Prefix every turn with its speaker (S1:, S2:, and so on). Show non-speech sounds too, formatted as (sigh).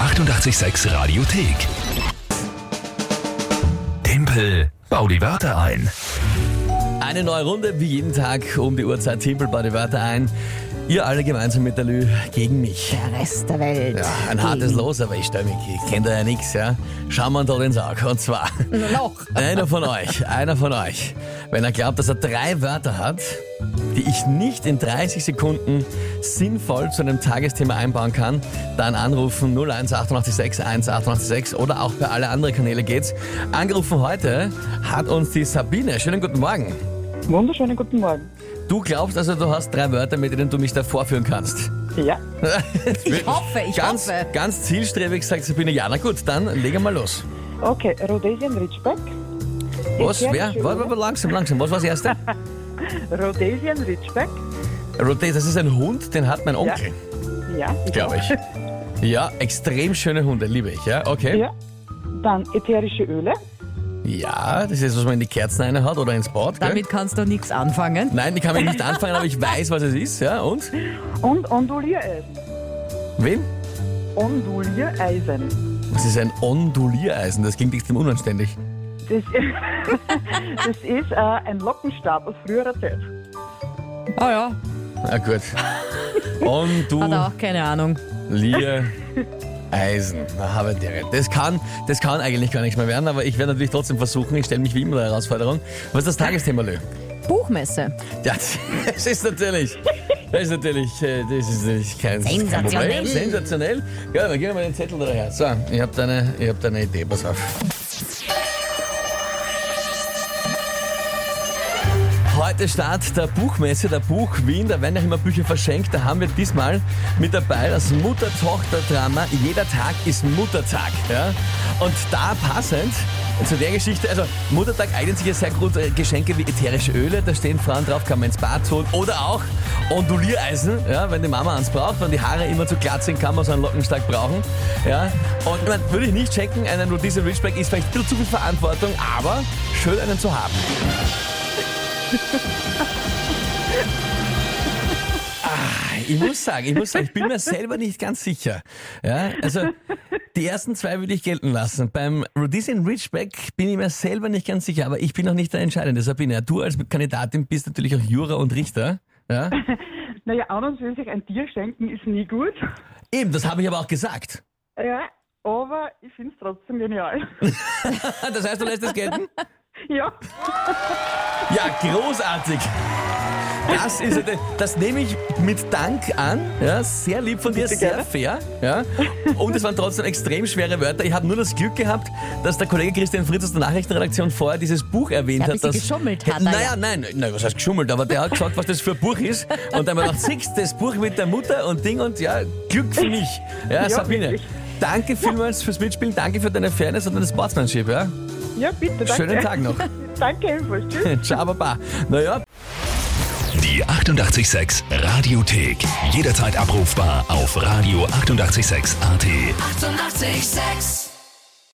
S1: 886 Radiothek. Tempel, bau die Wörter ein.
S2: Eine neue Runde, wie jeden Tag um die Uhrzeit. Timpel bei die Wörter ein. Ihr alle gemeinsam mit der Lü gegen mich.
S3: Der Rest der Welt. Hm.
S2: Ja, ein hartes Los, aber ich stelle mich, ich kenne da ja nichts, ja. Schauen wir uns da den Sarg. Und zwar, (laughs)
S3: Nur noch.
S2: einer von euch, einer von euch, wenn er glaubt, dass er drei Wörter hat, die ich nicht in 30 Sekunden sinnvoll zu einem Tagesthema einbauen kann, dann anrufen 01886 1886 oder auch bei alle anderen Kanäle geht's. Angerufen heute hat uns die Sabine. Schönen guten Morgen.
S4: Wunderschönen guten Morgen.
S2: Du glaubst also, du hast drei Wörter, mit denen du mich da vorführen kannst.
S4: Ja,
S3: Ich hoffe, ich
S2: ganz,
S3: hoffe.
S2: ganz zielstrebig sagt Sabine, ja, na gut, dann legen wir los.
S4: okay, Rhodesian Ridgeback.
S2: Was,
S4: Ja,
S2: wer?
S4: schön.
S2: Warte, warte, langsam, langsam. Was war das Erste?
S4: Rhodesian Ridgeback,
S2: Rote, das ist ein Hund, den hat mein Onkel,
S4: ja.
S2: glaube ich. Ja, extrem schöne Hunde, liebe ich, ja, okay.
S4: Ja. Dann ätherische Öle,
S2: Ja, das ist, was man in die Kerzen reinhaut oder ins Bad, gell?
S3: Damit kannst du nichts anfangen.
S2: Nein, ich kann mich nicht anfangen, aber ich weiß, was es ist, ja, und?
S4: und Onduliereisen.
S2: Wem?
S4: Onduliereisen.
S2: Das ist ein Onduliereisen, das klingt extrem unanständig.
S4: Das, (laughs) das ist äh, ein Lockenstab aus früherer Zeit.
S3: Ah ja,
S2: Na gut.
S3: hat
S2: Ondu.
S3: er auch keine Ahnung.
S2: Lier, Eisen. Na, habe Direkt. Das kann, das kann eigentlich gar nichts mehr werden, aber ich werde natürlich trotzdem versuchen. Ich stelle mich wie immer der Herausforderung. Was ist das Tagesthema, Lö?
S3: Buchmesse.
S2: Ja, (laughs) das ist natürlich. Das ist natürlich, äh, das ist natürlich kein, kein Problem.
S3: Sensationell.
S2: Sensationell. Ja, dann gehen wir mal den Zettel daher. So, ich habe da, eine- ich hab da eine Idee, pass auf. Heute Start der Buchmesse, der Buch Wien, da werden ja immer Bücher verschenkt. Da haben wir diesmal mit dabei das Mutter-Tochter-Drama. Jeder Tag ist Muttertag. Ja? Und da passend zu der Geschichte, also Muttertag eignen sich ja sehr gut äh, Geschenke wie ätherische Öle, da stehen Frauen drauf, kann man ins Bad holen. Oder auch Onduliereisen, ja, wenn die Mama eins braucht, wenn die Haare immer zu glatt sind, kann man so einen Lockenstark brauchen. Ja? Und man würde ich nicht checken, einen Rhodesian Ridgeback ist vielleicht ein bisschen zu viel Verantwortung, aber schön einen zu haben. Ich muss sagen, ich muss sagen, ich bin mir selber nicht ganz sicher. Ja, also die ersten zwei würde ich gelten lassen. Beim Rhodesian Ridgeback bin ich mir selber nicht ganz sicher, aber ich bin noch nicht der Entscheidende. Sabine, du als Kandidatin bist natürlich auch Jura und Richter. Ja?
S4: Naja, an und für sich ein Tier schenken ist nie gut.
S2: Eben, das habe ich aber auch gesagt.
S4: Ja, aber ich finde es trotzdem genial.
S2: Ah, Das heißt, du lässt es gelten?
S4: ja,
S2: Ja, großartig. Das ist ja- das nehme ich mit Dank an. Ja, sehr lieb von dir,
S4: Bitte
S2: sehr
S4: gerne.
S2: fair. Ja. Und es waren trotzdem extrem schwere Wörter. Ich habe nur das Glück gehabt, dass der Kollege Christian Fritz aus der Nachrichtenredaktion vorher dieses Buch erwähnt
S3: Ja, ein
S2: hat.
S3: bisschen
S2: das
S3: geschummelt hat er
S2: Naja,
S3: ja.
S2: nein, nein, was heißt geschummelt? Aber der hat gesagt, was das für ein Buch ist. Und dann haben wir gedacht, siehst du, das Buch mit der Mutter und Ding und ja, Glück für mich. Ja,
S4: Ja,
S2: Sabine.
S4: wirklich.
S2: Danke vielmals fürs Mitspielen, danke für deine Fairness und deine Sportsmanship. Ja. (laughs)
S4: ja bitte, danke.
S2: Schönen Tag
S4: (laughs)
S2: noch.
S4: Danke ebenfalls, tschüss.
S2: Ciao, baba. Naja,
S1: Die 886 Radiothek. Jederzeit abrufbar auf radio886.at. 886!
S5: 886